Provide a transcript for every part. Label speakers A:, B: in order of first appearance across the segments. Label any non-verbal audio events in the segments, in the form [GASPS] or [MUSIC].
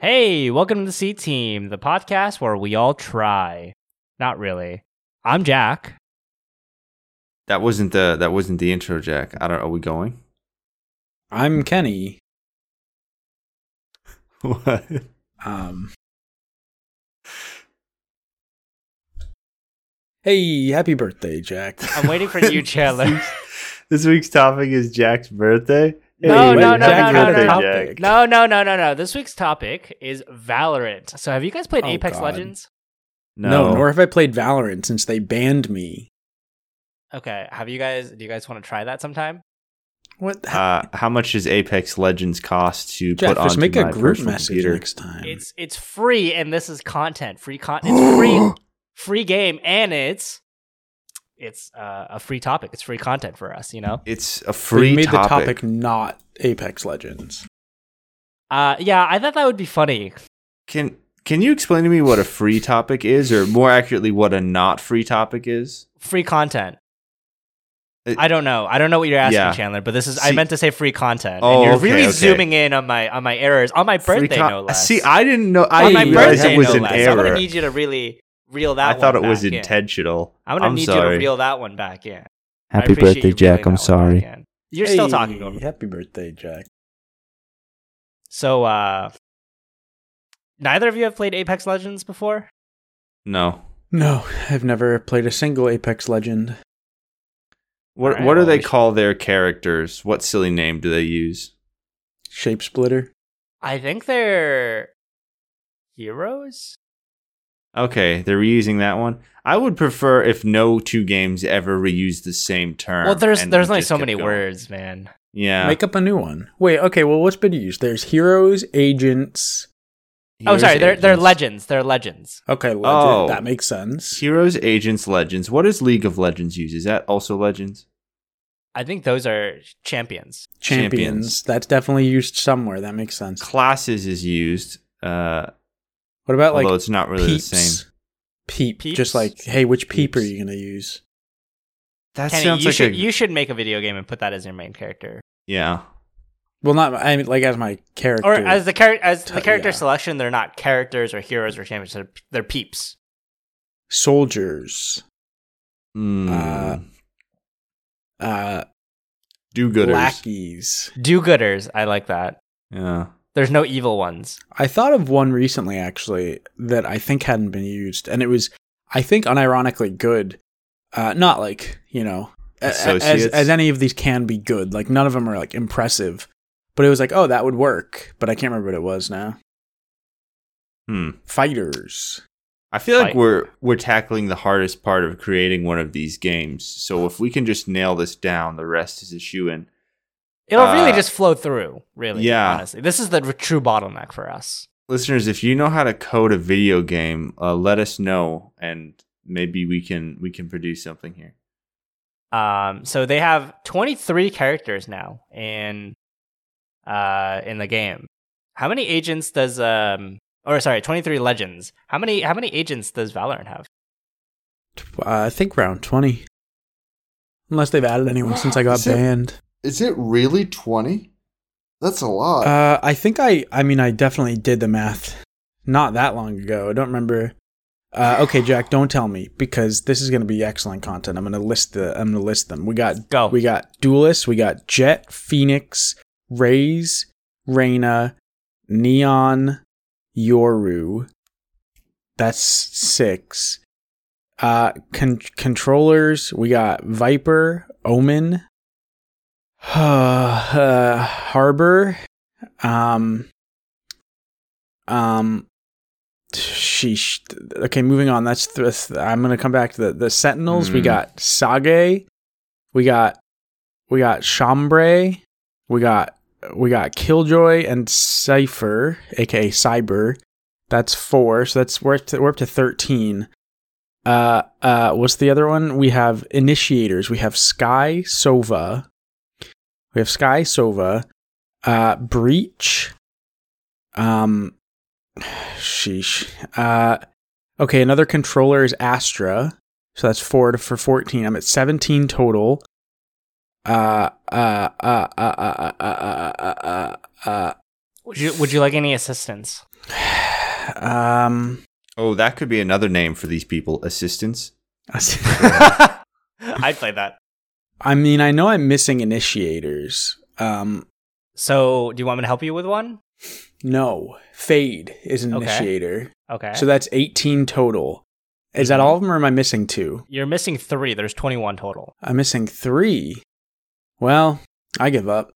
A: Hey, welcome to the C Team, the podcast where we all try. Not really. I'm Jack.
B: That wasn't the that wasn't the intro, Jack. I don't. Are we going? [LAUGHS]
C: I'm Kenny.
B: What?
C: Um, hey, happy birthday, Jack.
B: Oh,
A: I'm waiting for you, Chandler.
B: this week's topic is Jack's birthday.
A: No,
C: Hey,
A: no, no,
C: Jack,
A: no, no,
C: birthday,
A: no.
C: Jack.
A: No, no, no, no, no. This week's topic is Valorant. So, have you guys played
C: Oh,
A: Apex
C: God.
A: Legends?
C: [LAUGHS] No. nor have I played Valorant since they banned me.
A: Okay. Have you guys? Do you guys want to try that sometime?
C: What? the
B: Uh, how much does Apex Legends cost to
C: Jack,
B: put
C: just
B: onto
C: make
B: my
C: a group
B: personal
C: message
B: computer?
C: next time.
A: It's it's free, and this is content. Free content. It's
C: [GASPS]
A: free. free game, and it's it's uh, a free topic. It's free content for us. You know.
B: It's a
C: But you
B: free
C: made
B: topic.
C: the topic not Apex Legends.
A: Uh, yeah, I thought that would be funny.
B: Can Can you explain to me what a free topic is, or more accurately, what a not free topic is?
A: Free content.
B: It-
A: I don't know. I don't know what you're asking,
B: Uh, Yeah.
A: Chandler. But this is I
B: See-
A: meant to say free content.
B: Oh,
A: and you're
B: okay,
A: really
B: okay.
A: zooming in on my on my errors on my
B: Free
A: birthday,
B: con-
A: no less.
B: See, I didn't know. I
A: on
B: didn't
A: my
B: realize
A: birthday,
B: it was
A: no
B: an
A: less. I'm
B: error.
A: gonna need you to really reel that.
B: I thought it
A: one
B: was
A: back in.
B: intentional.
A: I'm gonna
B: I'm
A: need you
B: sorry.
A: to reel that one back in. I
B: Happy
A: appreciate
B: birthday,
A: you
B: Jack.
A: reeling
B: I'm
A: that one
B: sorry.
A: back in. You're still
C: Hey,
A: talking over me.
C: Happy birthday, Jack.
A: So, uh, neither of you have played Apex Legends before.
B: No.
C: No, I've never played a single Apex Legend.
B: What
A: All right,
B: What do
A: well,
B: they
A: we should-
B: call their characters? What silly name do they use?
C: Shape Splitter.
A: I think they're heroes.
B: Okay, they're reusing that one. I would prefer if no two games ever reuse the same term.
A: Well, there's
B: and
A: there's
B: it
A: only
B: just
A: so
B: kept
A: many
B: going.
A: words, man.
B: Yeah.
C: Make up a new one. Wait, okay, well, what's been used? There's heroes, agents.
A: oh,
B: Heroes,
A: sorry, they're they're
B: Agents.
A: legends. They're legends.
C: Okay, legend.
B: Oh.
C: that makes sense.
B: Heroes, agents, legends. What does League of Legends use? Is that also legends?
A: I think those are champions.
C: champions.
B: Champions.
C: That's definitely used somewhere. That makes sense.
B: Classes is used, uh,
C: What about
B: although
C: like
B: it's not really
C: peeps?
B: the same.
C: Peep.
A: Peeps?
C: Just like, hey, which peep are
B: Peeps.
C: you gonna use?
B: That
A: Kenny,
B: sounds
A: you
B: like
A: should
B: a
A: you should make a video game and put that as your main character,
B: yeah.
C: Well, not I mean, like as my character.
A: or as the character as the
C: T-
A: character
C: yeah.
A: selection. They're not characters or heroes or champions. They're, they're peeps.
C: soldiers,
B: Mm.
C: Uh, uh,
B: Do-gooders.
C: lackeys.
A: Do-gooders. I like that.
B: Yeah.
A: There's no evil ones.
C: I thought of one recently actually that I think hadn't been used, and it was I think unironically good. Uh, not like you know a- a- as
B: Associates.
C: as any of these can be good. Like none of them are like impressive, but it was like oh that would work. But I can't remember what it was now.
B: Hmm.
C: Fighters.
B: I feel like
A: Fight.
B: we're we're tackling the hardest part of creating one of these games. So if we can just nail this down, the rest is a shoe in.
A: It'll really
B: Uh,
A: just flow through. Really,
B: yeah.
A: Honestly, this is the r- true bottleneck for us.
B: listeners if you know how to code a video game uh, let us know and maybe we can we can produce something here
A: Um, so they have 23 characters now in uh in the game. How many agents does um or sorry, 23 legends. How many how many agents does Valorant have?
C: Tw- Uh, I think round twenty. Unless they've added anyone since I got
D: Is it-
C: banned.
D: Is it really 20? That's a lot.
C: Uh, I think I. I mean, I definitely did the math not that long ago. I don't remember. Uh, okay, Jack, don't tell me because this is going to be excellent content. I'm going to list the. I'm going to list them. We got
A: Go.
C: we got Duelist. We got Jet, Phoenix, Rays, Reyna, Neon, Yoru. That's six. Uh, con- controllers. We got Viper, Omen, [SIGHS] uh, Harbor. Um. Um. Sheesh. Okay, moving on. That's. Th- th- I'm gonna come back to the the Sentinels. We
B: Mm.
C: got Sage. We got. We got Chambre. We got. We got Killjoy and Cipher, aka Cyber. That's four. So that's we're up to, we're up to thirteen. Uh, uh, what's the other one? We have initiators. We have Sky Sova. We have Sky Sova uh breach um sheesh uh okay another controller is astra so that's four to, for 14 i'm at 17 total uh uh uh uh uh uh uh uh, uh, uh
A: Would you, would you like any assistance?
C: Um, [LAUGHS]
B: Oh, that could be another name for these people. Assistants.
A: [LAUGHS] I'd play that.
C: I mean, I know I'm missing initiators. Um,
A: So, do you want me to help you with one?
C: no, Fade is an
A: Okay.
C: initiator.
A: Okay. Mm-hmm.
C: So that's 18 total. Is that all of them, or am I missing two?
A: You're missing three. There's 21 total.
C: I'm missing three. Well, I give up.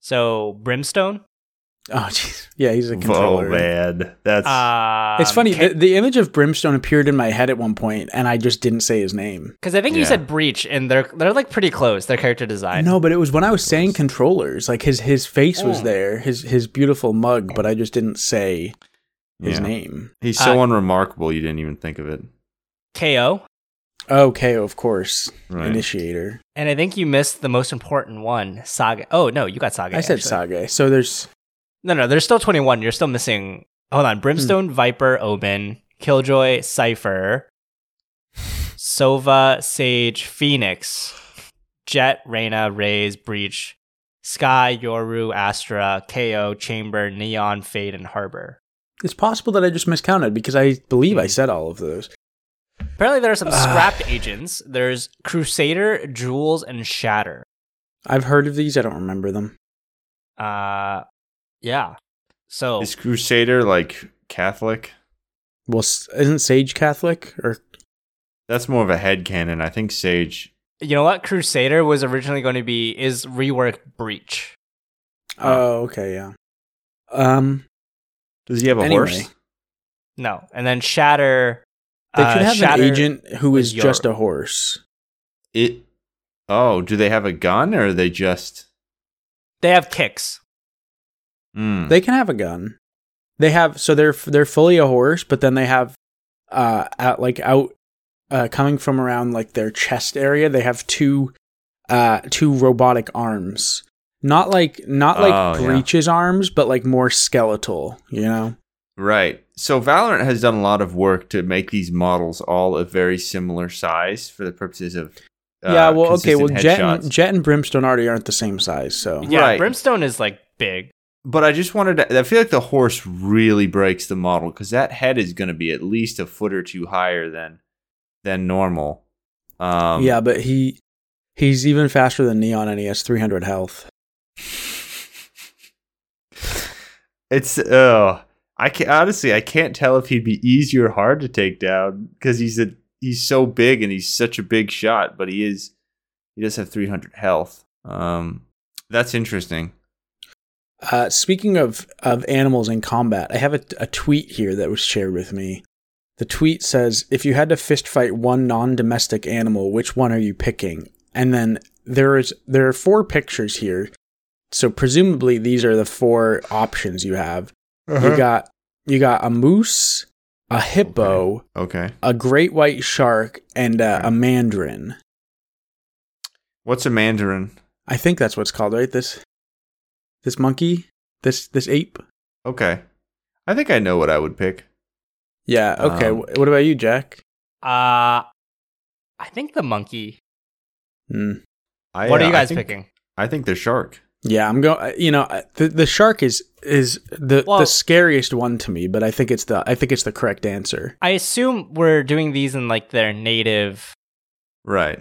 A: So, Brimstone.
C: Oh, [LAUGHS] jeez. Yeah, he's a
B: Oh
C: controller.
B: man, that's
A: Um,
C: It's funny. the, the image of Brimstone appeared in my head at one point, and I just didn't say his name.
A: Because I think you
B: Yeah.
A: said Breach, and they're they're like pretty close. Their character design.
C: No, but it was when I was saying controllers. Like his his face was
A: Mm.
C: there, his his beautiful mug, but I just didn't say his
B: yeah.
C: name.
B: He's so
A: Uh,
B: unremarkable. You didn't even think of it.
A: KO.
C: Oh, KO, of course,
B: Right.
C: initiator.
A: And I think you missed the most important one, Saga. Oh no, you got Saga.
C: I said
A: actually.
C: Sage. So there's
A: No, no, there's still 21. You're still missing. Hold
C: Hmm.
A: on, Brimstone, Viper, Omen, Killjoy, Cipher, Sova, Sage, Phoenix, Jet, Reyna, Rays, Breach, Sky, Yoru, Astra, KO, Chamber, Neon, Fade, and Harbor.
C: it's possible that I just miscounted because I believe
A: Hmm.
C: I said all of those.
A: Apparently, there are
C: [SIGHS]
A: some
C: Ah.
A: scrapped agents. There's Crusader, Jules, and Shatter.
C: I've heard of these. I don't remember them.
A: Uh, yeah. So
B: Is Crusader like Catholic?
C: Well, s- isn't Sage Catholic or
B: That's more of a headcanon. I think Sage.
A: you know what? Crusader was originally going to be is reworked Breach. Uh,
C: Oh, okay, yeah. Um,
B: Does he have a
C: Anyway,
B: horse?
A: No, and then Shatter.
C: they
A: uh,
C: should have
A: Shatter-
C: an agent who
A: was
C: is just
A: your-
C: a horse.
B: It. Oh, do they have a gun or are they just?
A: They have kicks. Hmm.
B: Mm.
C: They can have a gun. They have so they're they're fully a horse, but then they have uh out like out uh coming from around like their chest area, they have two uh two robotic arms. Not like not like
B: Oh, yeah.
C: Breach's arms, but like more skeletal, you know.
B: Right. So Valorant has done a lot of work to make these models all of very similar size for the purposes of. Uh,
C: yeah, well okay, well
B: consistent
C: Jet
B: headshots.
C: and, Jet and Brimstone already aren't the same size, so
A: Yeah,
B: Right.
A: Brimstone is like big.
B: but I just wanted to. I feel like the horse really breaks the model because that head is going to be at least a foot or two higher than than normal. Um,
C: yeah, but he he's even faster than Neon, and he has 300 health.
B: it's uh, I can honestly I can't tell if he'd be easy or hard to take down because he's a he's so big and he's such a big shot, but he is he does have 300 health. Um, that's interesting.
C: Uh, speaking of of animals in combat, I have a, a tweet here that was shared with me. The tweet says, "If you had to fist fight one non-domestic animal, which one are you picking?" And then there is there are four pictures here, so presumably these are the four options you have.
B: Uh-huh.
C: You got you got a moose, a hippo,
B: Okay,
C: a great white shark, and uh, a mandarin.
B: what's a mandarin?
C: I think that's what it's called, right? This this monkey, this this ape.
B: Okay, I think I know what I would pick.
C: Yeah. Okay.
B: Um,
C: wh- what about you, Jack?
A: Uh, I think the monkey.
C: Hmm.
B: I,
A: what
B: uh,
A: are you
B: I
A: guys
B: think-
A: picking?
B: I think the shark.
C: Yeah, I'm going. You know, I- the the shark is is the
A: Well-
C: the scariest one to me, but I think it's the I think it's the correct answer.
A: I assume we're doing these in like their native.
B: Right.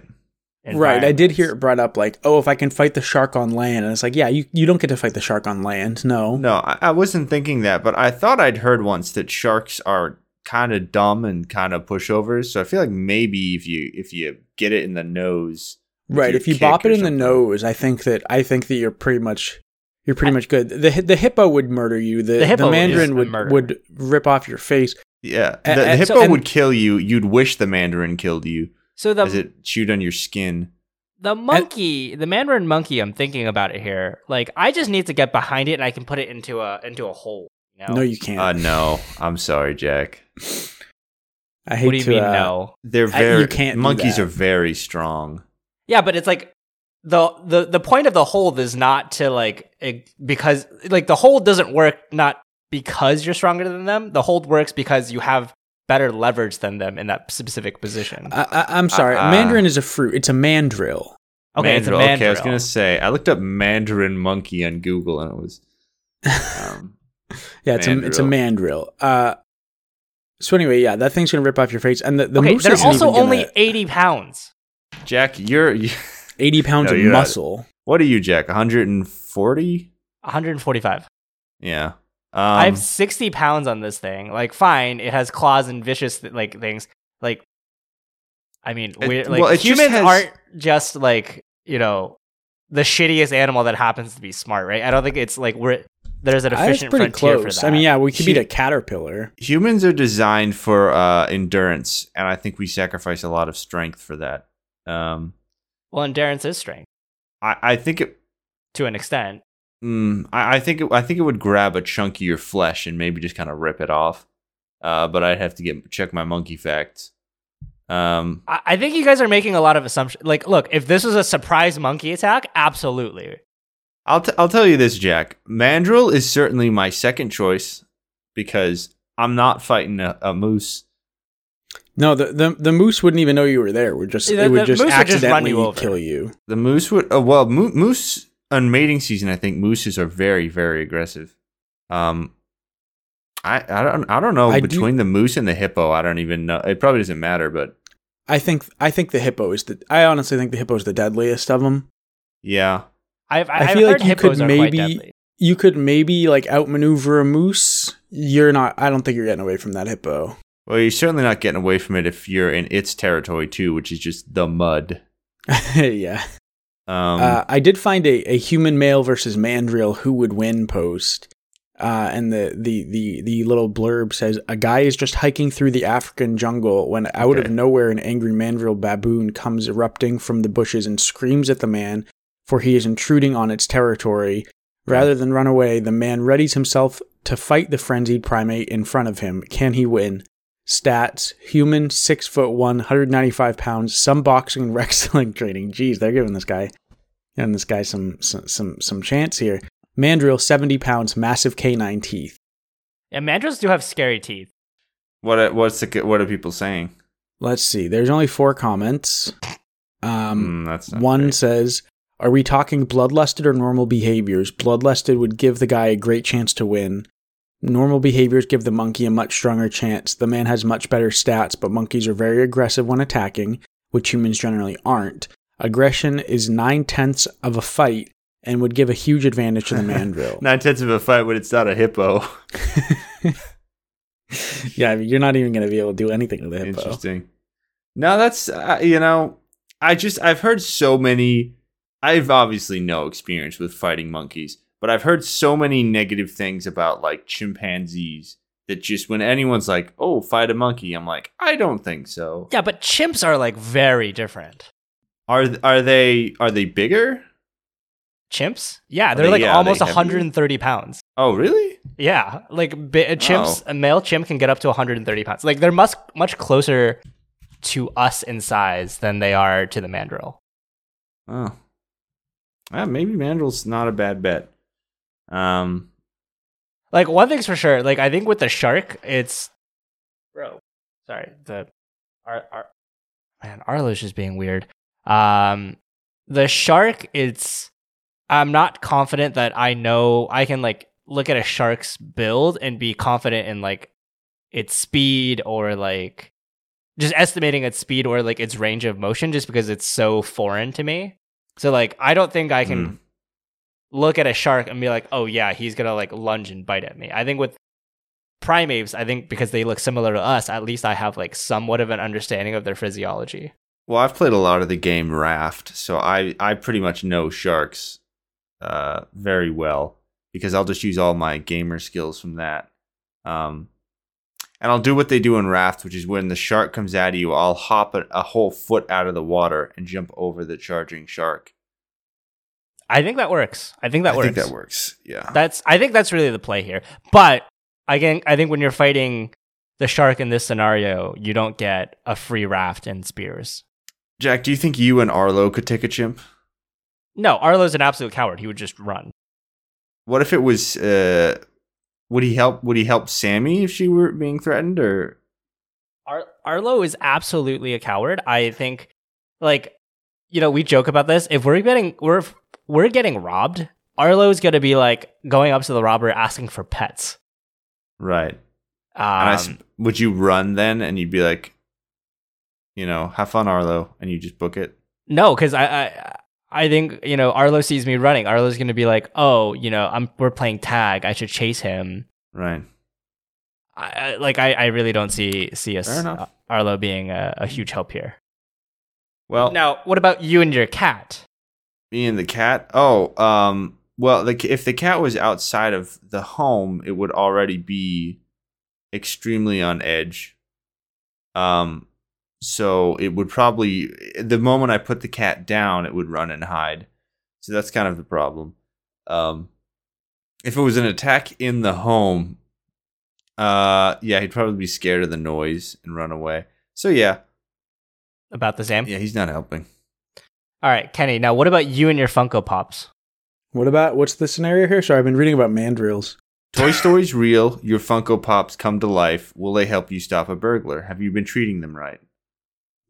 C: Right. I did
A: environments.
C: hear it brought up like, oh, if I can fight the shark on land, and it's like, yeah, you you don't get to fight the shark on land. No.
B: No, I, I wasn't thinking that, but I thought I'd heard once that sharks are kind of dumb and kind of pushovers. So I feel like maybe if you if you get it in the nose,
C: right.
B: you
C: If you
B: kick
C: bop
B: or
C: it in the
B: something.
C: nose, I think that I think that you're pretty much you're pretty much good. The hi- the hippo would murder you. The
A: The
C: the,
A: hippo is a
C: mandarin would
A: murderer.
C: would rip off your face.
B: yeah,
C: A-
B: the, the
C: and
B: hippo
C: so- and-
B: would kill you. You'd wish the mandarin killed you
A: So
B: as
A: the
B: it chewed on your skin.
A: the monkey, the Mandarin monkey. I'm thinking about it here. Like I just need to get behind it, and I can put it into a into a hole. You know?
C: No, you can't.
B: Uh, no, I'm sorry, Jack.
C: I hate
A: What do you
C: to.
A: mean
C: uh,
A: no?
B: They're
C: I- you
B: very
C: can't do
B: monkeys
C: that.
B: are very strong.
A: Yeah, but it's like the the the point of the hold is not to like ig- because like the hold doesn't work not because you're stronger than them. The hold works because you have better leverage than them in that specific position.
C: I, I, I'm sorry.
B: Uh-uh.
C: mandarin is a fruit. It's a mandrill.
A: okay, it's a
B: Mandrill.
A: mandrill.
B: Okay, I was gonna say I looked up mandarin
C: [LAUGHS]
B: monkey on Google and it was. Um,
C: Yeah, it's a, it's a mandrill. Uh, So anyway, yeah, that thing's gonna rip off your face, and the the
A: okay,
C: moose
A: they're
C: isn't
A: also
C: even
A: only
C: gonna-
A: 80 pounds.
B: Jack, you're you,
C: eighty pounds
B: No,
C: of
B: you're not.
C: muscle.
B: what are you, Jack? 140?
A: 145.
B: Yeah. Um,
A: I have 60 pounds on this thing. Like, fine, it has claws and vicious th- like things. Like, I mean,
B: It-
A: we're, like
B: well, it just
A: humans
B: has-
A: aren't just like you know the shittiest animal that happens to be smart, right? I don't think it's like we're there's an
C: I was
A: efficient
C: pretty
A: frontier
C: close.
A: for that.
C: I mean, yeah, we could beat
B: She-
C: a caterpillar.
B: humans are designed for uh, endurance, and I think we sacrifice a lot of strength for that. Um,
A: Well, endurance is strength
B: I, I think it.
A: to an extent.
B: Mm, I, I think it, I think it would grab a chunk of your flesh and maybe just kind of rip it off. Uh, but I'd have to get check my monkey facts. Um,
A: I, I think you guys are making a lot of assumptions. Like, look, if this was a surprise monkey attack, absolutely.
B: I'll, t- I'll tell you this, Jack. Mandrill is certainly my second choice because I'm not fighting a, a moose.
C: No, the, the the moose wouldn't even know you were there. Would just
A: The-
C: it
A: the
C: would just
A: moose would just run
C: accidentally
A: you over.
C: kill you.
B: The moose would, uh, well, mo- moose on mating season, I think mooses are very, very aggressive. Um, I, I don't I don't know
C: I do-
B: between the moose and the hippo. I don't even know. It probably doesn't matter, but
C: I think I think the hippo is the. I honestly think the hippo is the deadliest of them.
B: yeah,
A: I've, I
C: I
A: have
C: feel like
A: heard
C: you could
A: hippos are quite
C: maybe-
A: deadly.
C: You could maybe like outmaneuver a moose. You're not. I don't think you're getting away from that hippo. [LAUGHS]
B: well, you're certainly not getting away from it if you're in its territory too, which is just the mud.
C: yeah.
B: Um,
C: uh, I did find a, a human male versus mandrill who would win post. Uh, and the, the, the, the little blurb says a guy is just hiking through the African jungle when out of
B: Okay.
C: nowhere an angry mandrill baboon comes erupting from the bushes and screams at the man for he is intruding on its territory. Rather than run away, the man readies himself to fight the frenzied primate in front of him. Can he win? Stats: Human, six foot one, 195 pounds. Some boxing [LAUGHS] and wrestling training. Jeez, they're giving this guy and this guy some some some, some chance here. Mandrill, 70 pounds, massive canine teeth.
A: Yeah, mandrills do have scary teeth.
B: what are- what's the, what are people saying?
C: Let's see. There's only four comments. Um,
B: Mm, that's not
C: one
B: great.
C: says, "Are we talking bloodlusted or normal behaviors? Bloodlusted would give the guy a great chance to win. Normal behaviors give the monkey a much stronger chance. The man has much better stats, but monkeys are very aggressive when attacking, which humans generally aren't. Aggression is nine tenths of a fight." And would give a huge
B: [LAUGHS]
C: advantage to the mandrill.
B: Nine tenths of a fight when it's not a hippo. [LAUGHS]
C: yeah, I mean, you're not even going to be able to do anything with a hippo.
B: Interesting. No, that's uh, you know, I just I've heard so many. I've obviously no experience with fighting monkeys, but I've heard so many negative things about like chimpanzees that just when anyone's like, "Oh, fight a monkey," I'm like, I don't think so.
A: Yeah, but chimps are like very different.
B: Are are they are they bigger?
A: Chimps? Yeah,
B: Are
A: they're
B: they-
A: like
B: yeah, are they
A: almost
B: heavier?
A: 130 pounds.
B: Oh, really?
A: Yeah, like bi- a chimps,
B: Oh.
A: a male chimp can get up to 130 pounds. Like they're much much closer to us in size than they are to the mandrill.
B: Oh, Ah, maybe mandrill's not a bad bet. Um,
A: Like one thing's for sure, like I think with the shark, it's bro. Sorry, the our, our man Arlo's just being weird. Um, the shark, it's I'm not confident that I know I can like look at a shark's build and be confident in like its speed or like just estimating its speed or like its range of motion just because it's so foreign to me. So like I don't think I can
B: Hmm.
A: look at a shark and be like, "Oh yeah, he's going to like lunge and bite at me." I think with primates, I think because they look similar to us, at least I have like somewhat of an understanding of their physiology.
B: Well, I've played a lot of the game Raft, so I, I pretty much know sharks uh, very well because I'll just use all my gamer skills from that. Um, and I'll do what they do in Raft, which is when the shark comes at you, I'll hop a, a whole foot out of the water and jump over the charging shark.
A: I think that works. I think that
B: I
A: works.
B: think that works. Yeah.
A: That's I think that's really the play here. But again, I think when you're fighting the shark in this scenario, you don't get a free raft and spears.
B: Jack, do you think you and Arlo could take a chimp?
A: No, Arlo's an absolute coward. He would just run.
B: What if it was? Uh, would he help? Would he help Sammy if she were being threatened, or
A: Ar- Arlo is absolutely a coward. I think, like, you know, we joke about this. If we're getting we're if we're getting robbed, Arlo's gonna be like going up to the robber asking for pets.
B: right?
A: Um,
B: and I, sp- would you run then and you'd be like, you know, have fun, Arlo, and you just book it?
A: No, because I, I I think you know Arlo sees me running. Arlo's gonna be like, oh, you know, I'm we're playing tag. I should chase him.
B: Right.
A: I, I, like I, I really don't see see us uh,
B: Fair enough.
A: Arlo being a, a huge help here.
B: Well,
A: Now, what about you and your cat?
B: me and the cat. Oh, um, well, the, ca- if the cat was outside of the home, it would already be extremely on edge. Um, so it would probably the moment I put the cat down, it would run and hide. So that's kind of the problem. Um, if it was an attack in the home, uh, yeah, he'd probably be scared of the noise and run away. So yeah,
A: About the same.
B: yeah, he's not helping.
A: All right, Kenny. Now, what about you and your Funko Pops?
C: What about what's the scenario here? Sorry, I've been reading about mandrills.
B: Toy Story's real. Your Funko Pops come to life. Will they help you stop a burglar? Have you been treating them right?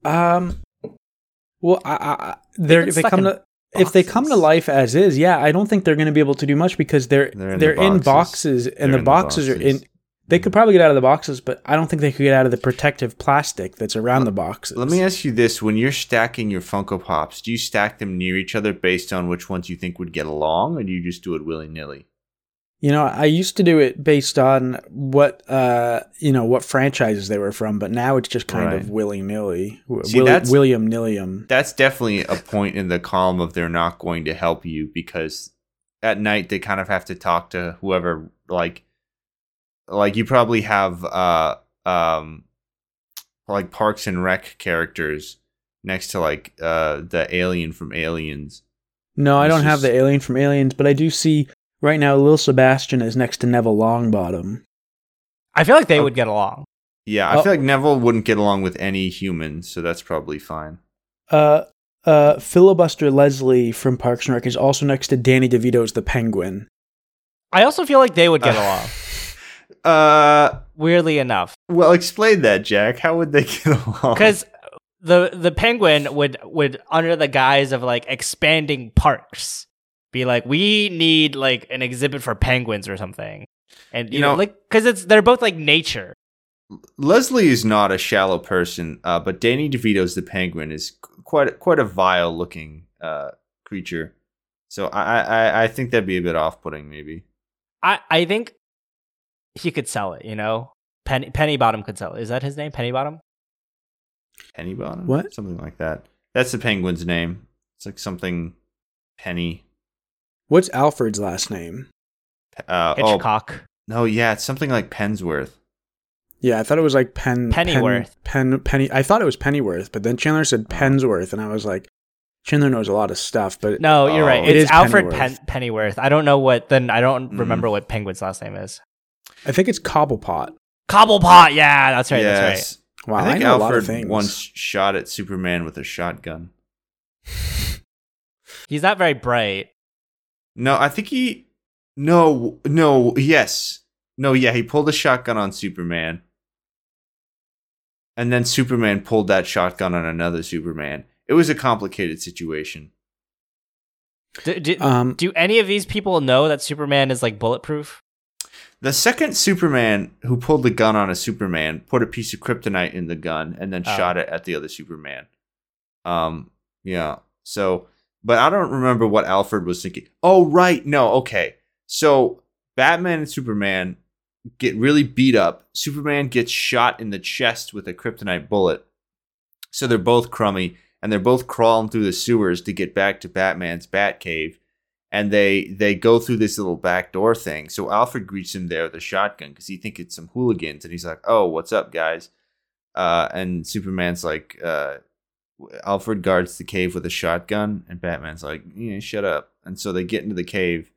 C: Um, well, I, I, I they're,
A: get
C: they
A: stuck
C: come
A: in
C: to if they come to
A: boxes.
C: life as is, yeah, I don't think they're going to be able to do much because they're
B: They're
C: they're
B: in
C: in,
B: the boxes.
C: boxes. and
B: They're
C: the
B: in the
C: boxes,
B: boxes.
C: are in. They could probably get out of the boxes, but I don't think they could get out of the protective plastic that's around the boxes.
B: Let me ask you this: When you're stacking your Funko Pops, do you stack them near each other based on which ones you think would get along, or do you just do it willy nilly?
C: You know, I used to do it based on what uh, you know, what franchises they were from, but now it's just kind
B: Right.
C: of willy nilly,
B: See,
C: Willy
B: that's-
C: William Nilliam.
B: That's definitely a point in the column of they're not going to help you because at night they kind of have to talk to whoever. Like, like you probably have uh um like Parks and Rec characters next to like uh the alien from Aliens.
C: No, I
B: It's
C: don't have
B: just-
C: the alien from Aliens, but I do see right now Lil Sebastian is next to Neville Longbottom.
A: I feel like they
B: Oh.
A: would get along.
B: Yeah, I
C: Oh.
B: feel like Neville wouldn't get along with any human, so that's probably fine.
C: Uh, uh, filibuster Leslie from Parks and Rec is also next to Danny DeVito's the Penguin.
A: I also feel like they would get
B: Uh,
A: along.
B: [LAUGHS] Uh,
A: Weirdly enough,
B: well, explain that, Jack. How would they
A: [LAUGHS]
B: get along?
A: because the the penguin would would under the guise of like expanding parks be like we need like an exhibit for penguins or something and you,
B: You
A: know,
B: know-
A: like because it's they're both like nature
B: Leslie is not a shallow person, uh, but Danny DeVito's the Penguin is qu- quite quite a vile looking uh, creature. So I, I- I I think that'd be a bit off putting, maybe.
A: i i think he could sell it you know penny penny bottom could sell it is that his name penny bottom
B: Penny bottom,
C: What?
B: Something like that. That's the Penguin's name. It's like something Penny.
C: What's Alfred's last name?
B: Uh, oh
A: hitchcock
B: no, yeah, it's something like Pensworth.
C: Yeah, I thought it was like Pen
A: Pennyworth.
C: Pen, Pen Penny. I thought it was Pennyworth, but then Chandler said Pensworth, and I was like, Chandler knows a lot of stuff, but
A: no you're
B: Oh.
A: right
C: It
A: it's
C: is
A: alfred
C: Pennyworth.
A: Pen- pennyworth i don't know what then i don't
B: Mm.
A: remember what penguin's last name is
C: I think it's Cobblepot.
A: cobblepot yeah that's right that's right
B: Yes.
C: Wow, I,
B: I think
C: know a lot of
B: Alfred
C: things.
B: once shot at Superman with a shotgun.
A: he's not very bright
B: No, I think he. No, no, yes. No, yeah, he pulled a shotgun on Superman. And then Superman pulled that shotgun on another Superman. It was a complicated situation.
A: D- d-
B: Mm.
C: Um,
A: Do any of these people know that Superman is like bulletproof?
B: The second Superman who pulled the gun on a Superman put a piece of kryptonite in the gun and then
A: Oh.
B: shot it at the other Superman. Um, yeah. So, but I don't remember what Alfred was thinking. Oh, right. No, okay. So, Batman and Superman get really beat up. Superman gets shot in the chest with a kryptonite bullet. So they're both crummy and they're both crawling through the sewers to get back to Batman's Batcave and they they go through this little back door thing. So Alfred greets him there with a shotgun because he thinks it's some hooligans, and he's like, "Oh, what's up, guys?" Uh, and Superman's like, uh, "Alfred guards the cave with a shotgun," and Batman's like, "Yeah, shut up." And so they get into the cave,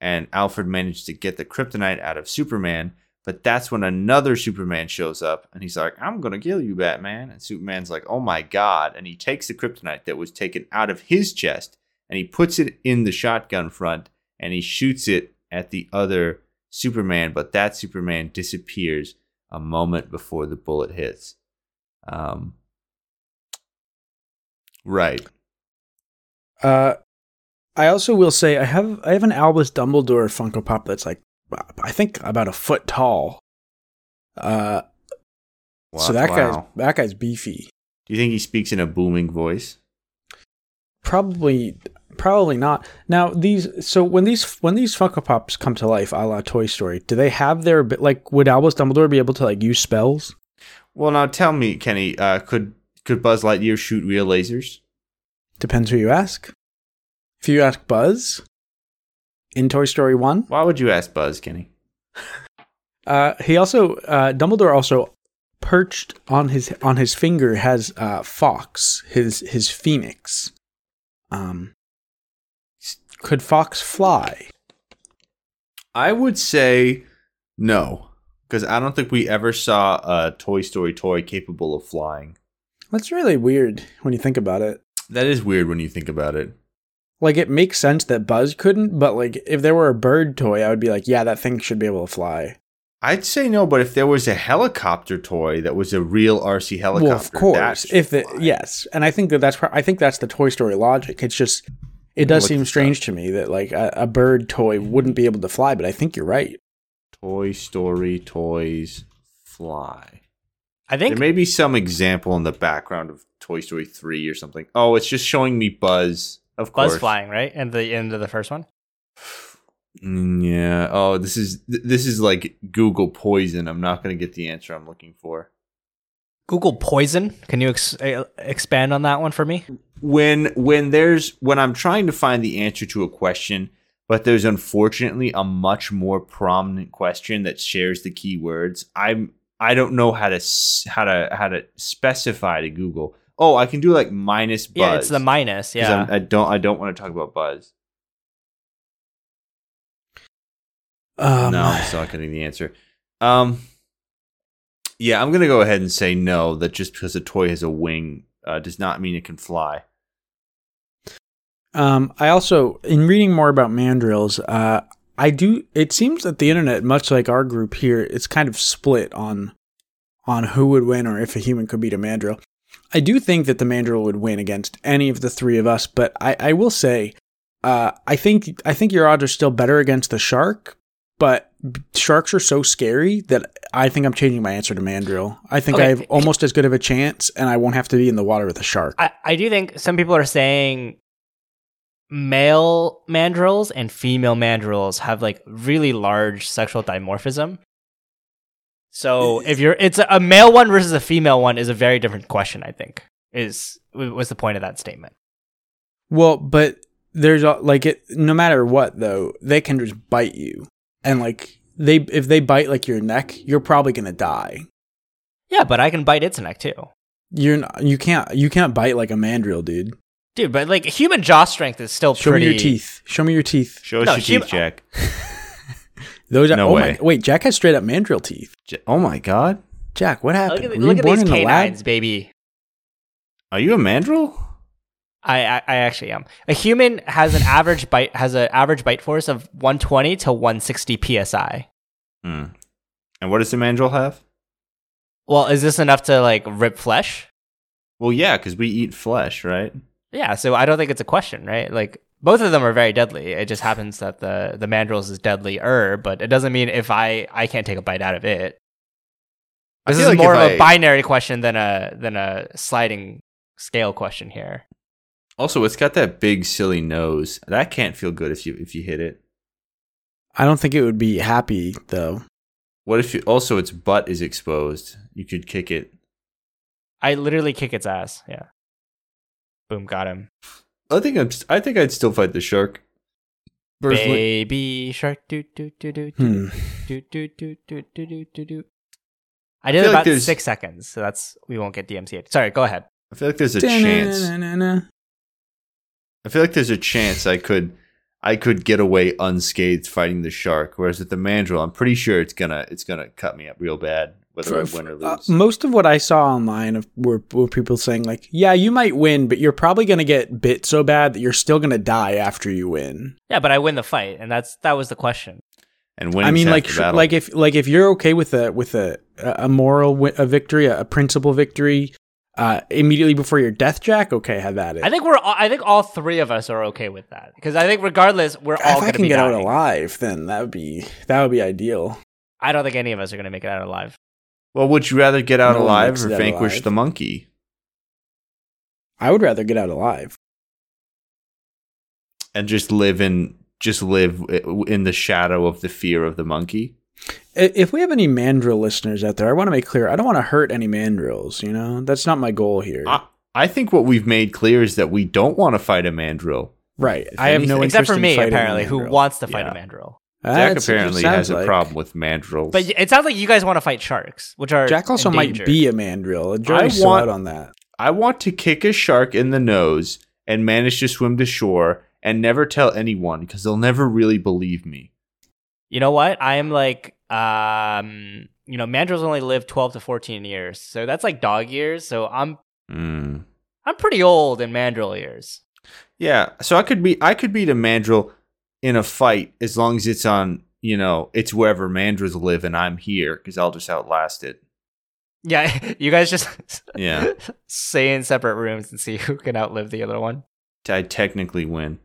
B: and Alfred manages to get the kryptonite out of Superman. But that's when another Superman shows up, and he's like, "I'm gonna kill you, Batman." And Superman's like, "Oh my god!" And he takes the kryptonite that was taken out of his chest and he puts it in the shotgun front and he shoots it at the other Superman, but that Superman disappears a moment before the bullet hits. Um, right.
C: Uh, I also will say I have I have an Albus Dumbledore Funko Pop that's like I think about a foot tall. Uh, so that guy's that guy's beefy.
B: Do you think he speaks in a booming voice?
C: Probably probably not. Now these so when these when these Funko Pops come to life, a la Toy Story, do they have their abi- like would Albus Dumbledore be able to like use spells?
B: Well, now tell me, Kenny, uh, could could Buzz Lightyear shoot real lasers?
C: Depends who you ask. If you ask Buzz in Toy Story One,
B: Why would you ask Buzz, Kenny?
C: uh, he also uh, Dumbledore also perched on his on his finger has uh, Fox his his phoenix. Um, could Fox fly?
B: I would say no, because I don't think we ever saw a Toy Story toy capable of flying.
C: That's really weird when you think about it.
B: That is weird when you think about it.
C: Like it makes sense that Buzz couldn't, but like if there were a bird toy, I would be like, yeah, that thing should be able to fly.
B: I'd say no, but if there was a helicopter toy that was a real RC helicopter,
C: well, of course,
B: that's
C: if the
B: fine.
C: yes, and I think that that's pro- I think that's the Toy Story logic. It's just it does
B: Look
C: seem
B: this
C: strange to me that like a, a bird toy wouldn't be able to fly, but I think you're right.
B: Toy Story toys fly.
A: I think
B: There may be some example in the background of Toy Story three or something. Oh, it's just showing me Buzz. Of course,
A: Buzz flying right in the end of the first one.
B: Mm, yeah. Oh, this is th- this is like Google poison. I'm not gonna get the answer I'm looking for.
A: Google poison. Can you ex- eh, expand on that one for me?
B: When when there's when I'm trying to find the answer to a question, but there's unfortunately a much more prominent question that shares the keywords. I'm I don't know how to s- how to how to specify to Google. Oh, I can do like minus buzz.
A: Yeah, it's the minus.
B: 'cause
A: Yeah,
B: I'm- I don't I don't want to talk about buzz.
C: Um,
B: no, I'm still not getting the answer. Um, yeah, I'm gonna go ahead and say no. That just because a toy has a wing uh, does not mean it can fly.
C: Um, I also, in reading more about mandrills, uh, I do. It seems that the internet, much like our group here, it's kind of split on on who would win or if a human could beat a mandrill. I do think that the mandrill would win against any of the three of us, but I, I will say, uh, I think I think your odds are still better against the shark. But b- sharks are so scary that I think I'm changing my answer to mandrill. I think
A: Okay.
C: I have almost as good of a chance, and I won't have to be in the water with a shark.
A: I, I do think some people are saying male mandrills and female mandrills have like really large sexual dimorphism. So if you're, it's a, a male one versus a female one is a very different question. I think is was the point of that statement.
C: Well, but there's a, like it. No matter what, though, they can just bite you, and like they if they bite like your neck, you're probably gonna die.
A: Yeah, but I can bite its neck too,
C: You're not, you can't you can't bite like a mandrill, dude.
A: dude. But like human jaw strength is still
C: Show
A: pretty.
C: me your teeth. Show me your teeth.
B: Show us
A: No,
B: your
A: she-
B: teeth, Jack.
C: Those are,
B: No
C: oh
B: way.
C: My, wait, Jack has straight up mandrill teeth.
B: J- oh my God,
C: Jack, what
A: Look
C: happened?
A: at, the-
C: Were you
A: look at
C: born
A: these
C: in a lab?
A: canines, baby.
B: are you a mandrill?
A: I, I I actually am. A human has an average bite has an average bite force of 120 to 160 psi.
B: Hmm. And what does the mandrill have?
A: Well, is this enough to like rip flesh?
B: Well, yeah, because we eat flesh, right?
A: Yeah, so I don't think it's a question, right? Like both of them are very deadly. It just happens that the the mandrills is deadlier, but it doesn't mean if I I can't take a bite out of it.
B: I
A: This
B: feel
A: is
B: like
A: more
B: if
A: of a
B: I-
A: binary question than a than a sliding scale question here.
B: Also, it's got that big silly nose. That can't feel good if you if you hit it.
C: I don't think it would be happy though.
B: What if you also its butt is exposed? You could kick it.
A: I literally kick its ass. Yeah. Boom, got him.
B: I think I'm. I think I'd still fight the shark. Personally,
A: Baby shark do do do do do
C: Hmm.
A: do do do do do do do do. I did
B: feel like
A: about
B: there's-
A: six seconds, so that's we won't get DMCA. Sorry, go ahead.
B: I feel like there's a chance. I feel like there's a chance I could I could get away unscathed fighting the shark. Whereas with the mandrill, I'm pretty sure it's gonna it's gonna cut me up real bad, whether I win or
C: Uh,
B: lose.
C: most of what I saw online of, were, were people saying like, "Yeah, you might win, but you're probably gonna get bit so bad that you're still gonna die after you win."
A: Yeah, but I win the fight, and that's that was the question.
B: and winning.
C: I mean, like,
B: the
C: sh-
B: battle.
C: like if like if you're okay with a with a a moral wi- a victory, a, a principle victory, uh, immediately before your death, Jack. Okay, have at it.
A: I think we're all, I think all three of us are okay with that because I think regardless we're all
C: if I
A: going to
C: can
A: be
C: get
A: dying.
C: out alive, then that would be that would be ideal.
A: I don't think any of us are going to make it out alive.
B: Well, would you rather get out
C: No one
B: alive
C: makes
B: or
C: it out
B: vanquish
C: alive.
B: the monkey?
C: I would rather get out alive.
B: and just live in just live in the shadow of the fear of the monkey.
C: I- If we have any mandrill listeners out there, I want to make clear I don't want to hurt any mandrills. You know, that's not my goal here.
B: I, I think what we've made clear is that we don't want to fight a mandrill.
C: right.
B: if
C: I have
B: anything-
C: no interest
A: Except for
C: in
A: me,
C: fighting a
A: apparently, who
C: mandrill.
A: wants to fight a
B: Yeah.
A: mandrill.
B: Jack
C: Uh, That's- it
B: apparently
C: sounds
B: has a
C: like-
B: problem with mandrills.
A: But it sounds like you guys want to fight sharks, which are
C: Jack also might
A: endangered.
C: be a mandrill. Jury's
B: I
C: still
B: want-
C: out on that.
B: I want to kick a shark in the nose and manage to swim to shore and never tell anyone because they'll never really believe me.
A: You know what? I am like, um, you know, mandrills only live twelve to fourteen years, so that's like dog years. So I'm
B: Mm.
A: I'm pretty old in mandrill years.
B: Yeah, so I could be I could beat a mandrill in a fight as long as it's on you know it's wherever mandrills live and I'm here because I'll just outlast it.
A: Yeah, [LAUGHS] you guys just
B: Yeah,
A: [LAUGHS] stay in separate rooms and see [LAUGHS] who can outlive the other one.
B: I technically win.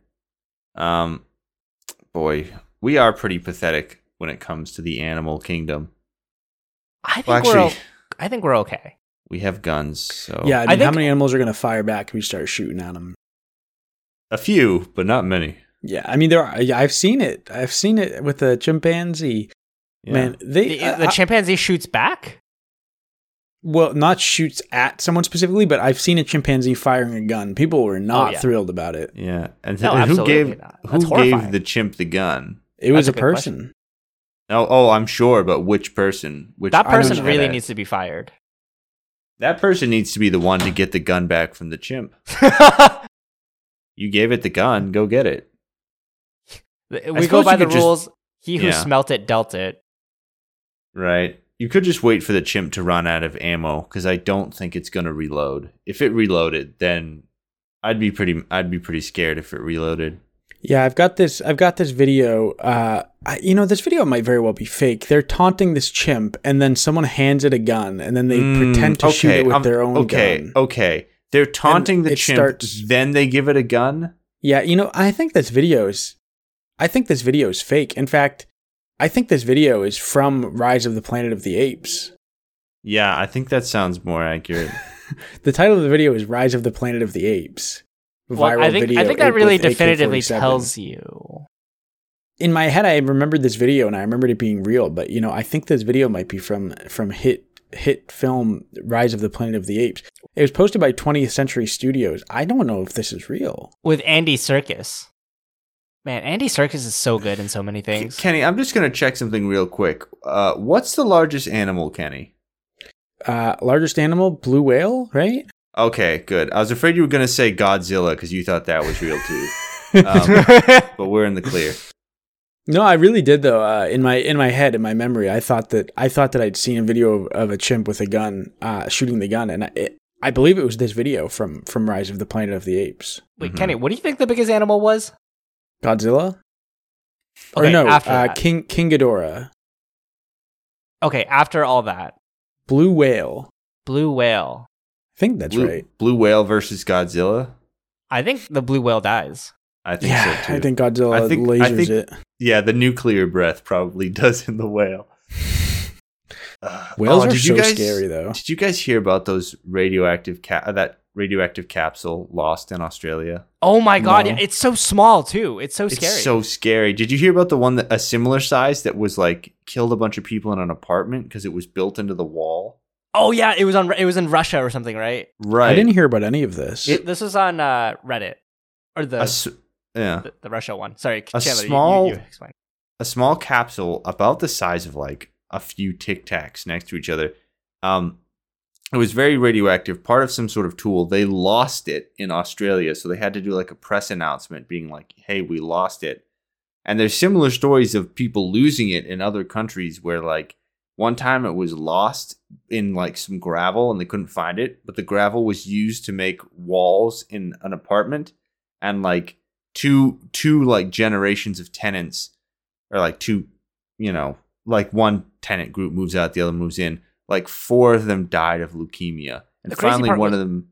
B: Um, boy, we are pretty pathetic when it comes to the animal kingdom.
A: I think
B: Well,
A: we're
B: actually,
A: o- I think we're okay.
B: we have guns, so
C: Yeah, I mean,
A: I
C: how
A: think-
C: many animals are going to fire back if we start shooting at them?
B: a few, but not many.
C: Yeah, I mean, there are. yeah, I've seen it. I've seen it with the chimpanzee.
B: Yeah.
C: Man, they
A: The,
B: uh,
C: I-
A: the
C: I-
A: chimpanzee shoots back.
C: well, not shoots at someone specifically, but I've seen a chimpanzee firing a gun. People were not
A: yeah.
C: thrilled about it.
B: yeah, and,
A: No,
B: and who
A: absolutely
B: gave
A: not.
B: who
A: That's
B: gave
A: horrifying.
B: the chimp the gun?
C: It was
A: That's
C: a,
A: a good
C: person.
B: Oh, oh, I'm sure, but which person? Which
A: That
C: I don't
A: person
C: know
A: really
B: needs.
A: needs to be fired. [LAUGHS]
B: That person needs to be the one to get the gun back from the chimp. You gave it the gun, go get it.
A: we go
B: suppose
A: by
B: you
A: the
B: could just-
A: rules. he who
B: Yeah.
A: smelt it dealt it.
B: Right. You could just wait for the chimp to run out of ammo because I don't think it's gonna reload. If it reloaded, then I'd be pretty. I'd be pretty scared if it reloaded.
C: Yeah, I've got this. I've got this video. Uh, I, you know, this video might very well be fake. They're taunting this chimp, and then someone hands it a gun, and then they
B: Mm,
C: pretend to shoot
B: okay,
C: it with
B: I'm-
C: their own
B: Okay.
C: gun.
B: Okay. They're taunting the
C: it
B: chimp.
C: starts-
B: Then they give it a gun.
C: Yeah, you know, I think this video is I think this video is fake. In fact, I think this video is from Rise of the Planet of the Apes.
B: Yeah, I think that sounds more accurate.
C: The title of the video is Rise of the Planet of the Apes.
A: Well, I think I think that
C: ape
A: really
C: with AK-47.
A: definitively tells you.
C: In my head I remembered this video and I remembered it being real, but you know, I think this video might be from from hit hit film Rise of the Planet of the Apes. It was posted by 20th Century Studios. I don't know if this is real.
A: with Andy Circus. Man, Andy Circus is so good in so many things.
B: Kenny, I'm just gonna check something real quick. Uh, what's the largest animal, Kenny?
C: Uh, largest animal, blue whale, right?
B: Okay, good. I was afraid you were gonna say Godzilla because you thought that was real too.
C: [LAUGHS]
B: Um, but we're in the clear.
C: No, I really did though. Uh, in my in my head, in my memory, I thought that I thought that I'd seen a video of, of a chimp with a gun uh, shooting the gun, and I, it, I believe it was this video from from Rise of the Planet of the Apes,
A: Wait,
B: Mhm.
A: Kenny, what do you think the biggest animal was?
C: Godzilla, or
A: Okay,
C: no,
A: after
C: uh,
A: that.
C: King King Ghidorah,
A: Okay, after all that,
C: blue whale.
A: blue whale.
C: I think that's
B: blue,
C: right.
B: Blue whale versus Godzilla.
A: I think the blue whale dies.
B: I think
C: Yeah,
B: so too.
C: I think Godzilla
B: I think- I
C: lasers
B: think-
C: it.
B: yeah, the nuclear breath probably [LAUGHS] does in the whale. Uh,
C: Whales
B: oh,
C: are
B: did you
C: so
B: guys-
C: scary though.
B: Did you guys hear about those radioactive ca- uh, that radioactive capsule lost in Australia?
A: Oh my god,
C: No.
A: yeah, it's so small too. It's so scary.
B: It's so scary. Did you hear about the one that a similar size that was like killed a bunch of people in an apartment because it was built into the wall?
A: oh yeah, it was on it was in Russia or something, right?
B: Right.
C: I didn't hear about any of this.
A: this was on uh, Reddit or the,
B: A s- yeah.
A: the the Russia one. Sorry,
B: A
A: Chandler, you- you-
B: small-
A: you, explain.
B: a small capsule about the size of like a few tic tacs next to each other. Um, it was very radioactive, part of some sort of tool. They lost it in Australia, so they had to do like a press announcement being like, hey, we lost it. And there's similar stories of people losing it in other countries where like one time it was lost in like some gravel and they couldn't find it, but the gravel was used to make walls in an apartment and like two two like generations of tenants or like two, you know, like one tenant group moves out, the other moves in. Like four of them died of leukemia, and
A: The crazy
B: finally
A: part
B: one
A: was-
B: of them.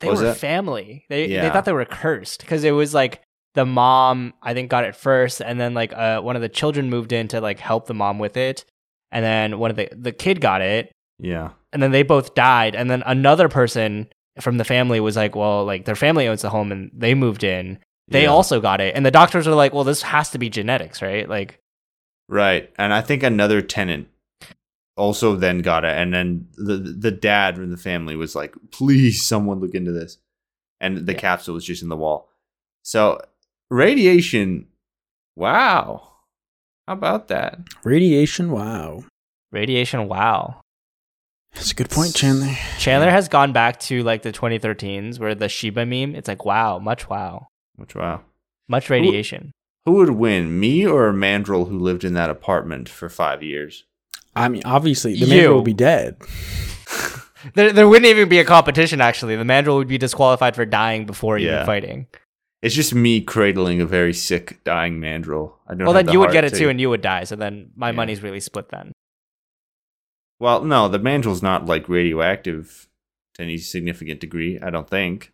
A: They
B: What was
A: were
B: that?
A: family. They they
B: Yeah.
A: thought they were cursed because it was like the mom I think got it first, and then like uh, one of the children moved in to like help the mom with it, and then one of the the kid got it,
B: Yeah.
A: and then they both died and then another person from the family was like well like their family owns the home and they moved in they
B: Yeah.
A: also got it and the doctors are like well this has to be genetics right like
B: Right. And I think another tenant also then got it. And then the the dad from the family was like, please, someone look into this. And the
A: Yeah.
B: capsule was just in the wall. So radiation, wow. How about that?
C: Radiation. Wow.
A: radiation wow
C: That's a good point, Chandler.
B: Hmm.
A: chandler has gone back to like the 2013s where the shiba meme it's like wow much wow
B: Which, wow.
A: much radiation
B: Who would win, me or a mandrel who lived in that apartment for five years?
C: I mean, obviously, the man
A: You.
C: will be dead.
A: there, there wouldn't even be a competition actually the mandrel would be disqualified for dying before
B: Yeah.
A: even fighting
B: It's just me cradling a very sick, dying mandrel. I don't
A: well
B: have
A: then
B: the
A: you would
B: heart
A: get it
B: to-
A: too and you would die so then my
B: Yeah.
A: money's really split then
B: Well, no, the mandrel's not like radioactive to any significant degree, I don't think.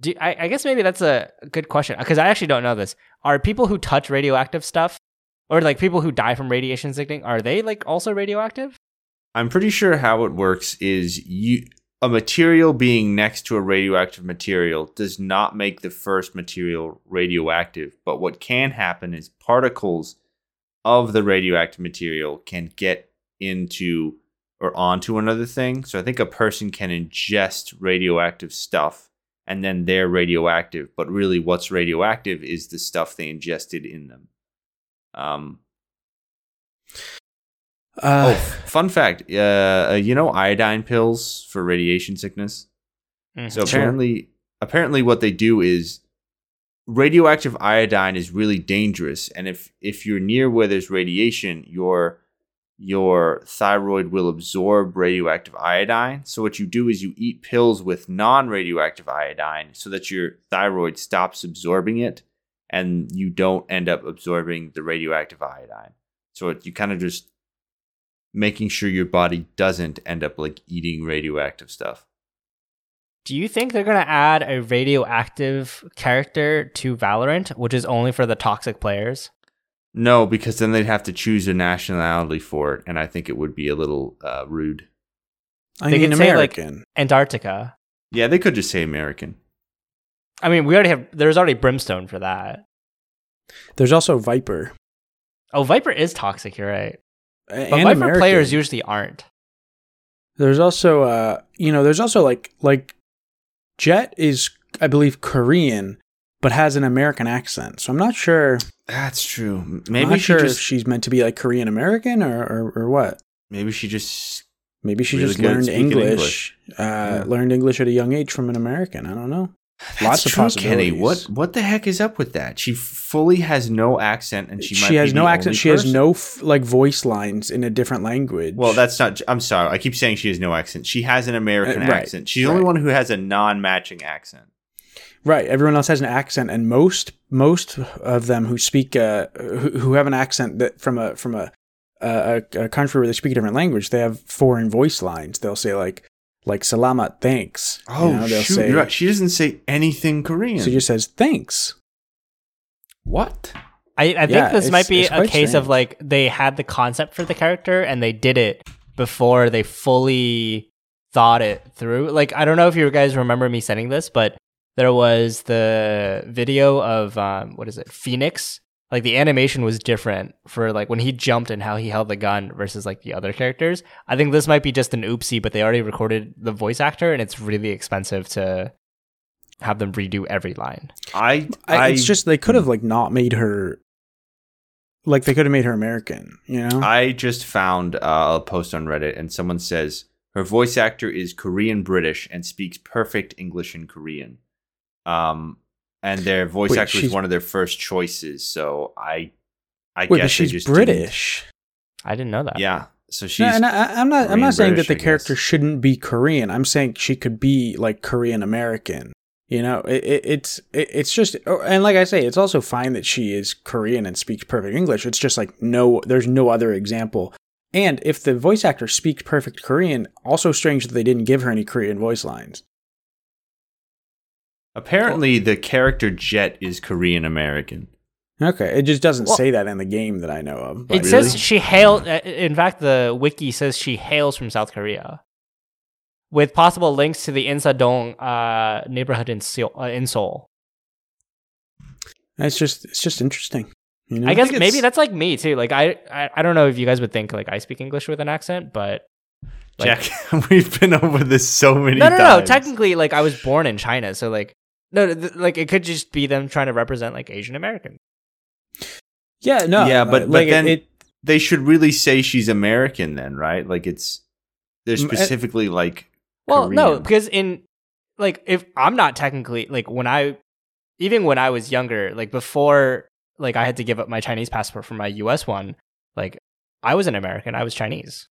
A: Do, I, I guess maybe that's a good question because I actually don't know this. Are people who touch radioactive stuff, or like people who die from radiation sickening, are they like also radioactive?
B: I'm pretty sure how it works is you a material being next to a radioactive material does not make the first material radioactive, but what can happen is particles of the radioactive material can get into or onto another thing. So I think a person can ingest radioactive stuff and then they're radioactive, but really what's radioactive is the stuff they ingested in them. Um, Oh,
C: Uh,
B: f- fun fact. Uh, you know iodine pills for radiation sickness.
A: Mm-hmm.
B: So
C: Sure.
B: Mm, apparently, apparently, what they do is radioactive iodine is really dangerous, and if if you're near where there's radiation, your your thyroid will absorb radioactive iodine. So what you do is you eat pills with non-radioactive iodine, so that your thyroid stops absorbing it, and you don't end up absorbing the radioactive iodine. So it, you kind of just making sure your body doesn't end up like eating radioactive stuff.
A: Do you think they're gonna add a radioactive character to Valorant, which is only for the toxic players?
B: No, because then they'd have to choose a nationality for it, and I think it would be a little uh, rude.
C: I
A: They
C: mean,
A: could say, like-
C: American.
A: Antarctica.
B: Yeah, they could just say American.
A: I mean, we already have. There's already brimstone for that.
C: There's also Viper.
A: Oh, Viper is toxic. You're right.
C: a-
A: But
C: and
A: Viper
C: American.
A: players usually aren't.
C: There's also uh you know, there's also like like Jet is I believe Korean but has an American accent. So I'm not sure
B: That's true.
C: maybe
B: Maybe
C: not
B: she
C: sure if
B: just
C: she's meant to be like Korean American or, or or what.
B: maybe she just
C: Maybe she
B: Really
C: just
B: good at
C: learned
B: speaking
C: English, uh
B: Yeah.
C: learned English at a young age from an American. I don't know.
B: That's
C: Lots of
B: Kenny. What
C: possibilities.
B: what the heck is up with that? She fully has no accent, and she
C: She,
B: might
C: has
B: be
C: no
B: the
C: accent.
B: only
C: She
B: person.
C: has no f- like voice lines in a different language.
B: Well, that's not. I'm sorry. I keep saying she has no accent. She has an American
C: Uh, right,
B: accent. She's the only
C: right.
B: one who has a non-matching accent.
C: Right. Everyone else has an accent, and most most of them who speak uh, who, who have an accent that from a from a, a a- a country where they speak a different language, they have foreign voice lines. They'll say like like "salamat," thanks. You
B: Oh
C: know, they'll
B: shoot!
C: say-
B: You're right. She doesn't say anything Korean.
C: She just says thanks.
B: what?
A: I, I think
C: Yeah,
A: this might
C: it's-
A: be
C: it's
A: a
C: quite
A: case
C: strange.
A: of like they had the concept for the character and they did it before they fully thought it through. Like I don't know if you guys remember me sending this, but there was the video of um, what is it, Phoenix? Like the animation was different for like when he jumped and how he held the gun versus like the other characters. I think this might be just an oopsie, but they already recorded the voice actor and it's really expensive to have them redo every line.
B: I,
C: I,
B: I Hmm.
C: it's just they could have like not made her. Like they could have made her American, you know.
B: I just found uh, a post on Reddit, and someone says her voice actor is Korean British and speaks perfect English and Korean. Um, and their voice
C: Wait,
B: actor was
C: she's-
B: one of their first choices. So I, I guess
C: Wait, but
B: they
C: she's
B: just
C: British.
A: I didn't know that.
B: didn't- Yeah, so she's
C: No, and I, I'm not. I'm
B: Korean
C: not saying
B: British,
C: that
B: I
C: the character
B: guess.
C: shouldn't be Korean. I'm saying she could be like Korean American. You know, it, it, it's it, it's just, oh, and like I say, it's also fine that she is Korean and speaks perfect English. It's just like no, there's no other example. And if the voice actor speaks perfect Korean, also strange that they didn't give her any Korean voice lines.
B: apparently the character Jet is Korean American.
C: Okay, it just doesn't
A: Well-
C: say that in the game that I know of.
A: It
C: but-
A: says
B: Really?
A: she hail. uh, In fact, the wiki says she hails from South Korea, with possible links to the Insadong uh, neighborhood in Seoul. Uh, in Seoul.
C: it's just it's just interesting. You know?
A: I guess
B: think
A: maybe
B: it's-
A: that's like me too. Like I, I, I don't know if you guys would think like I speak English with an accent, but like-
B: Jack, [LAUGHS] we've been over this so many
A: no, no, no.
B: times.
A: Technically, like I was born in China, so like no, th- like it could just be them trying to represent like Asian American.
C: yeah, no, uh,
B: Yeah, but- but
C: it-
B: then-
C: it,
B: they should really say she's American then, right? Like it's they're
C: Mm, I-
B: specifically like
A: Well, no,
B: Korean.
A: because in like if I'm not technically like when I even when I was younger, like before like I had to give up my Chinese passport for my US one, like I was an American, I was Chinese.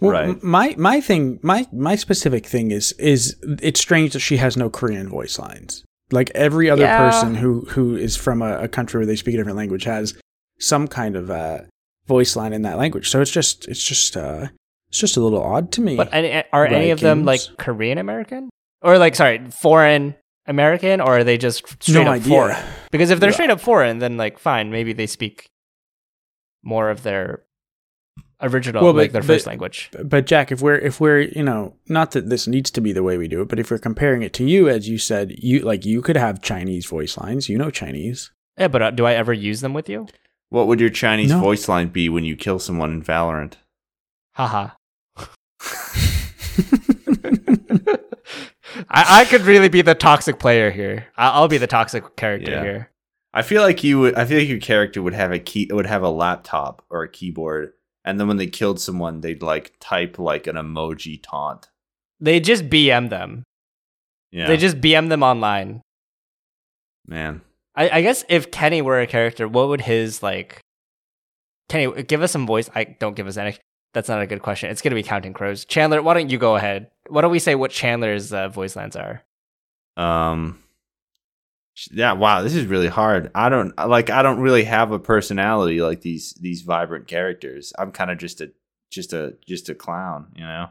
C: Well,
B: Right.
C: m- my my thing, my my specific thing is is it's strange that she has no Korean voice lines. Like every other
A: Yeah.
C: person who who is from a, a country where they speak a different language has some kind of uh, voice line in that language. So it's just it's just uh, it's just a little odd to me.
A: But any, are any of them like
C: Vikings.
A: Korean American? Or like sorry, foreign American or are they just straight
C: no
A: up
C: idea.
A: foreign? Because if they're
C: Yeah.
A: straight up foreign, then like fine, maybe they speak more of their original
C: Well,
A: like
C: but-
A: their
C: but-
A: first language.
C: But Jack, if we're if we're you know not that this needs to be the way we do it, but if we're comparing it to you, as you said, you like you could have Chinese voice lines. You
A: [LAUGHS]
C: know Chinese.
A: Yeah, but uh, do I ever use them with you?
B: what would your Chinese
C: No.
B: voice line be when you kill someone in Valorant?
A: Haha. I, I could really be the toxic player here. I, I'll be the toxic character
B: Yeah.
A: here.
B: I feel like you would I feel like your character would have a key would have a laptop or a keyboard and then when they killed someone they'd like type like an emoji taunt.
A: They just BM them.
B: Yeah.
A: They just BM them online.
B: man.
A: I, I guess if Kenny were a character, what would his like? Kenny, give us some voice. I don't give us any. That's not a good question. It's gonna be Counting Crows. Chandler, why don't you go ahead? Why don't we say what Chandler's uh, voice lines are? [LAUGHS]
B: Um yeah, wow, this is really hard. I don't like I don't really have a personality like these these vibrant characters. I'm kind of just a just a just a clown, you know.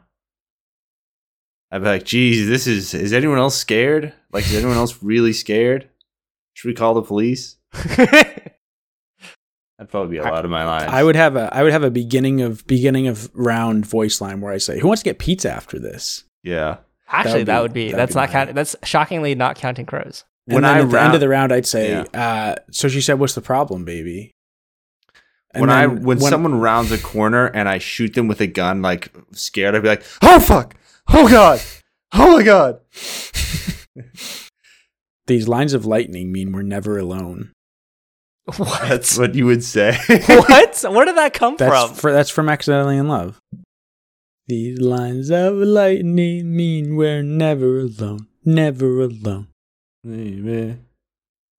B: I'd be like, "Geez, this is is anyone else scared? Like is anyone else really scared? Should we call the police?" That'd probably be a
A: I-
B: lot of my lines.
C: I would have a I would have a beginning of beginning of round voice line where I say, "Who wants to get pizza after this?"
B: Yeah.
A: Actually,
C: That'd
A: that
C: be-
A: would be
C: that'd
A: that's
C: be
A: not
C: mine.
A: count. That's shockingly not Counting Crows. [LAUGHS]
C: And
B: When
C: then
B: I
C: at the end
B: round-
C: of the round, I'd say, uh, "So she said, what's the problem, baby?" And
B: when I
C: then
B: when, someone rounds a corner and I shoot them with a gun, like scared, I'd be like, "Oh fuck! Oh god! Oh my god!" [LAUGHS]
C: these lines of lightning mean we're never alone.
A: What?
C: [LAUGHS]
B: That's what you would say. [LAUGHS]
A: what? Where did that come
C: That's
A: from?
C: for that's from accidentally in love. These lines of lightning mean we're never alone, never alone.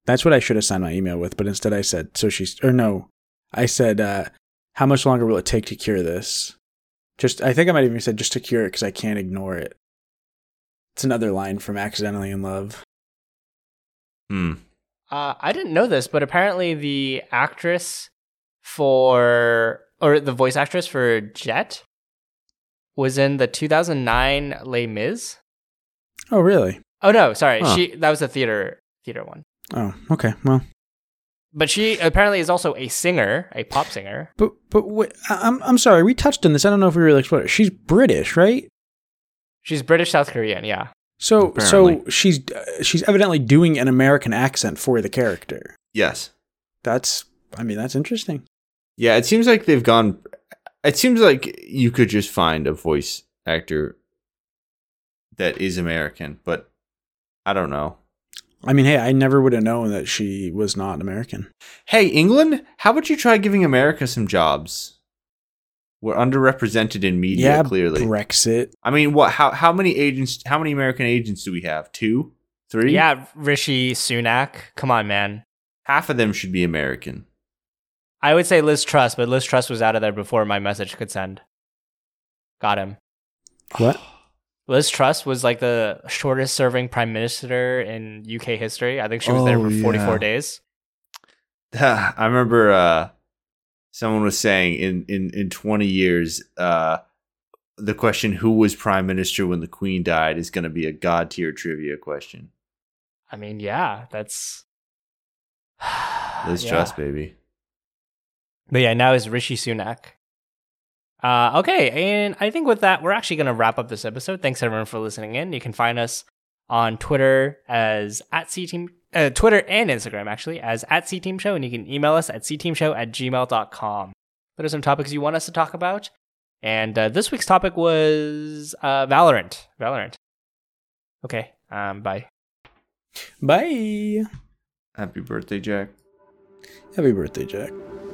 C: That's what I should have signed my email with, but instead I said, "So she's," or no, I said, uh, "How much longer will it take to cure this?" Just, I think I might even said, "Just to cure it," because I can't ignore it. It's another line from "Accidentally in Love."
B: Hmm.
A: Uh, I didn't know this, but apparently the actress for or the voice actress for Jet was in the 2009 Les Mis.
C: Oh, really?
A: Oh no, sorry,
B: Huh.
A: she that was a theater theater one.
C: Oh, okay. Well,
A: But she apparently is also a singer, a pop singer.
C: but but wait, I- I'm I'm sorry, we touched on this. I don't know if we really explored. it. She's British, right?
A: She's British South Korean, yeah.
C: So so
B: Apparently.
C: she's uh, she's evidently doing an American accent for the character.
B: Yes.
C: That's I mean that's interesting.
B: Yeah. It seems like they've gone. It seems like you could just find a voice actor that is American, but I don't know.
C: I mean, hey, I never would have known that she was not American.
B: Hey, England, how about you try giving America some jobs? We're underrepresented in media,
C: yeah,
B: clearly.
C: Brexit.
B: I mean, what? How how many agents? How many American agents do we have? Two, three.
A: Yeah, Rishi Sunak. Come on, man.
B: half of them should be American.
A: I would say Liz Truss, but Liz Truss was out of there before my message could send. Got him.
C: What?
A: Liz Truss was like the shortest serving prime minister in UK history. I think she was there
B: Oh,
A: for 44
B: yeah.
A: days.
B: [SIGHS] I remember uh, someone was saying in in in twenty years, uh, the question "Who was prime minister when the Queen died?" is going to be a god tier trivia question.
A: [SIGHS] I mean, yeah, that's
B: Liz
A: Ah, Yeah.
B: Truss, baby.
A: But yeah, now is Rishi Sunak. Uh, okay, and I think with that, we're actually going to wrap up this episode. Thanks everyone for listening in. You can find us on Twitter as at Team, uh, Twitter and Instagram actually as at Team Show, and you can email us at cteamshow at gmail.com. What are some topics you want us to talk about? And uh, this week's topic was uh, Valorant. Valorant. Okay, um, bye.
C: Bye.
B: Happy birthday, Jack.
C: Happy birthday, Jack.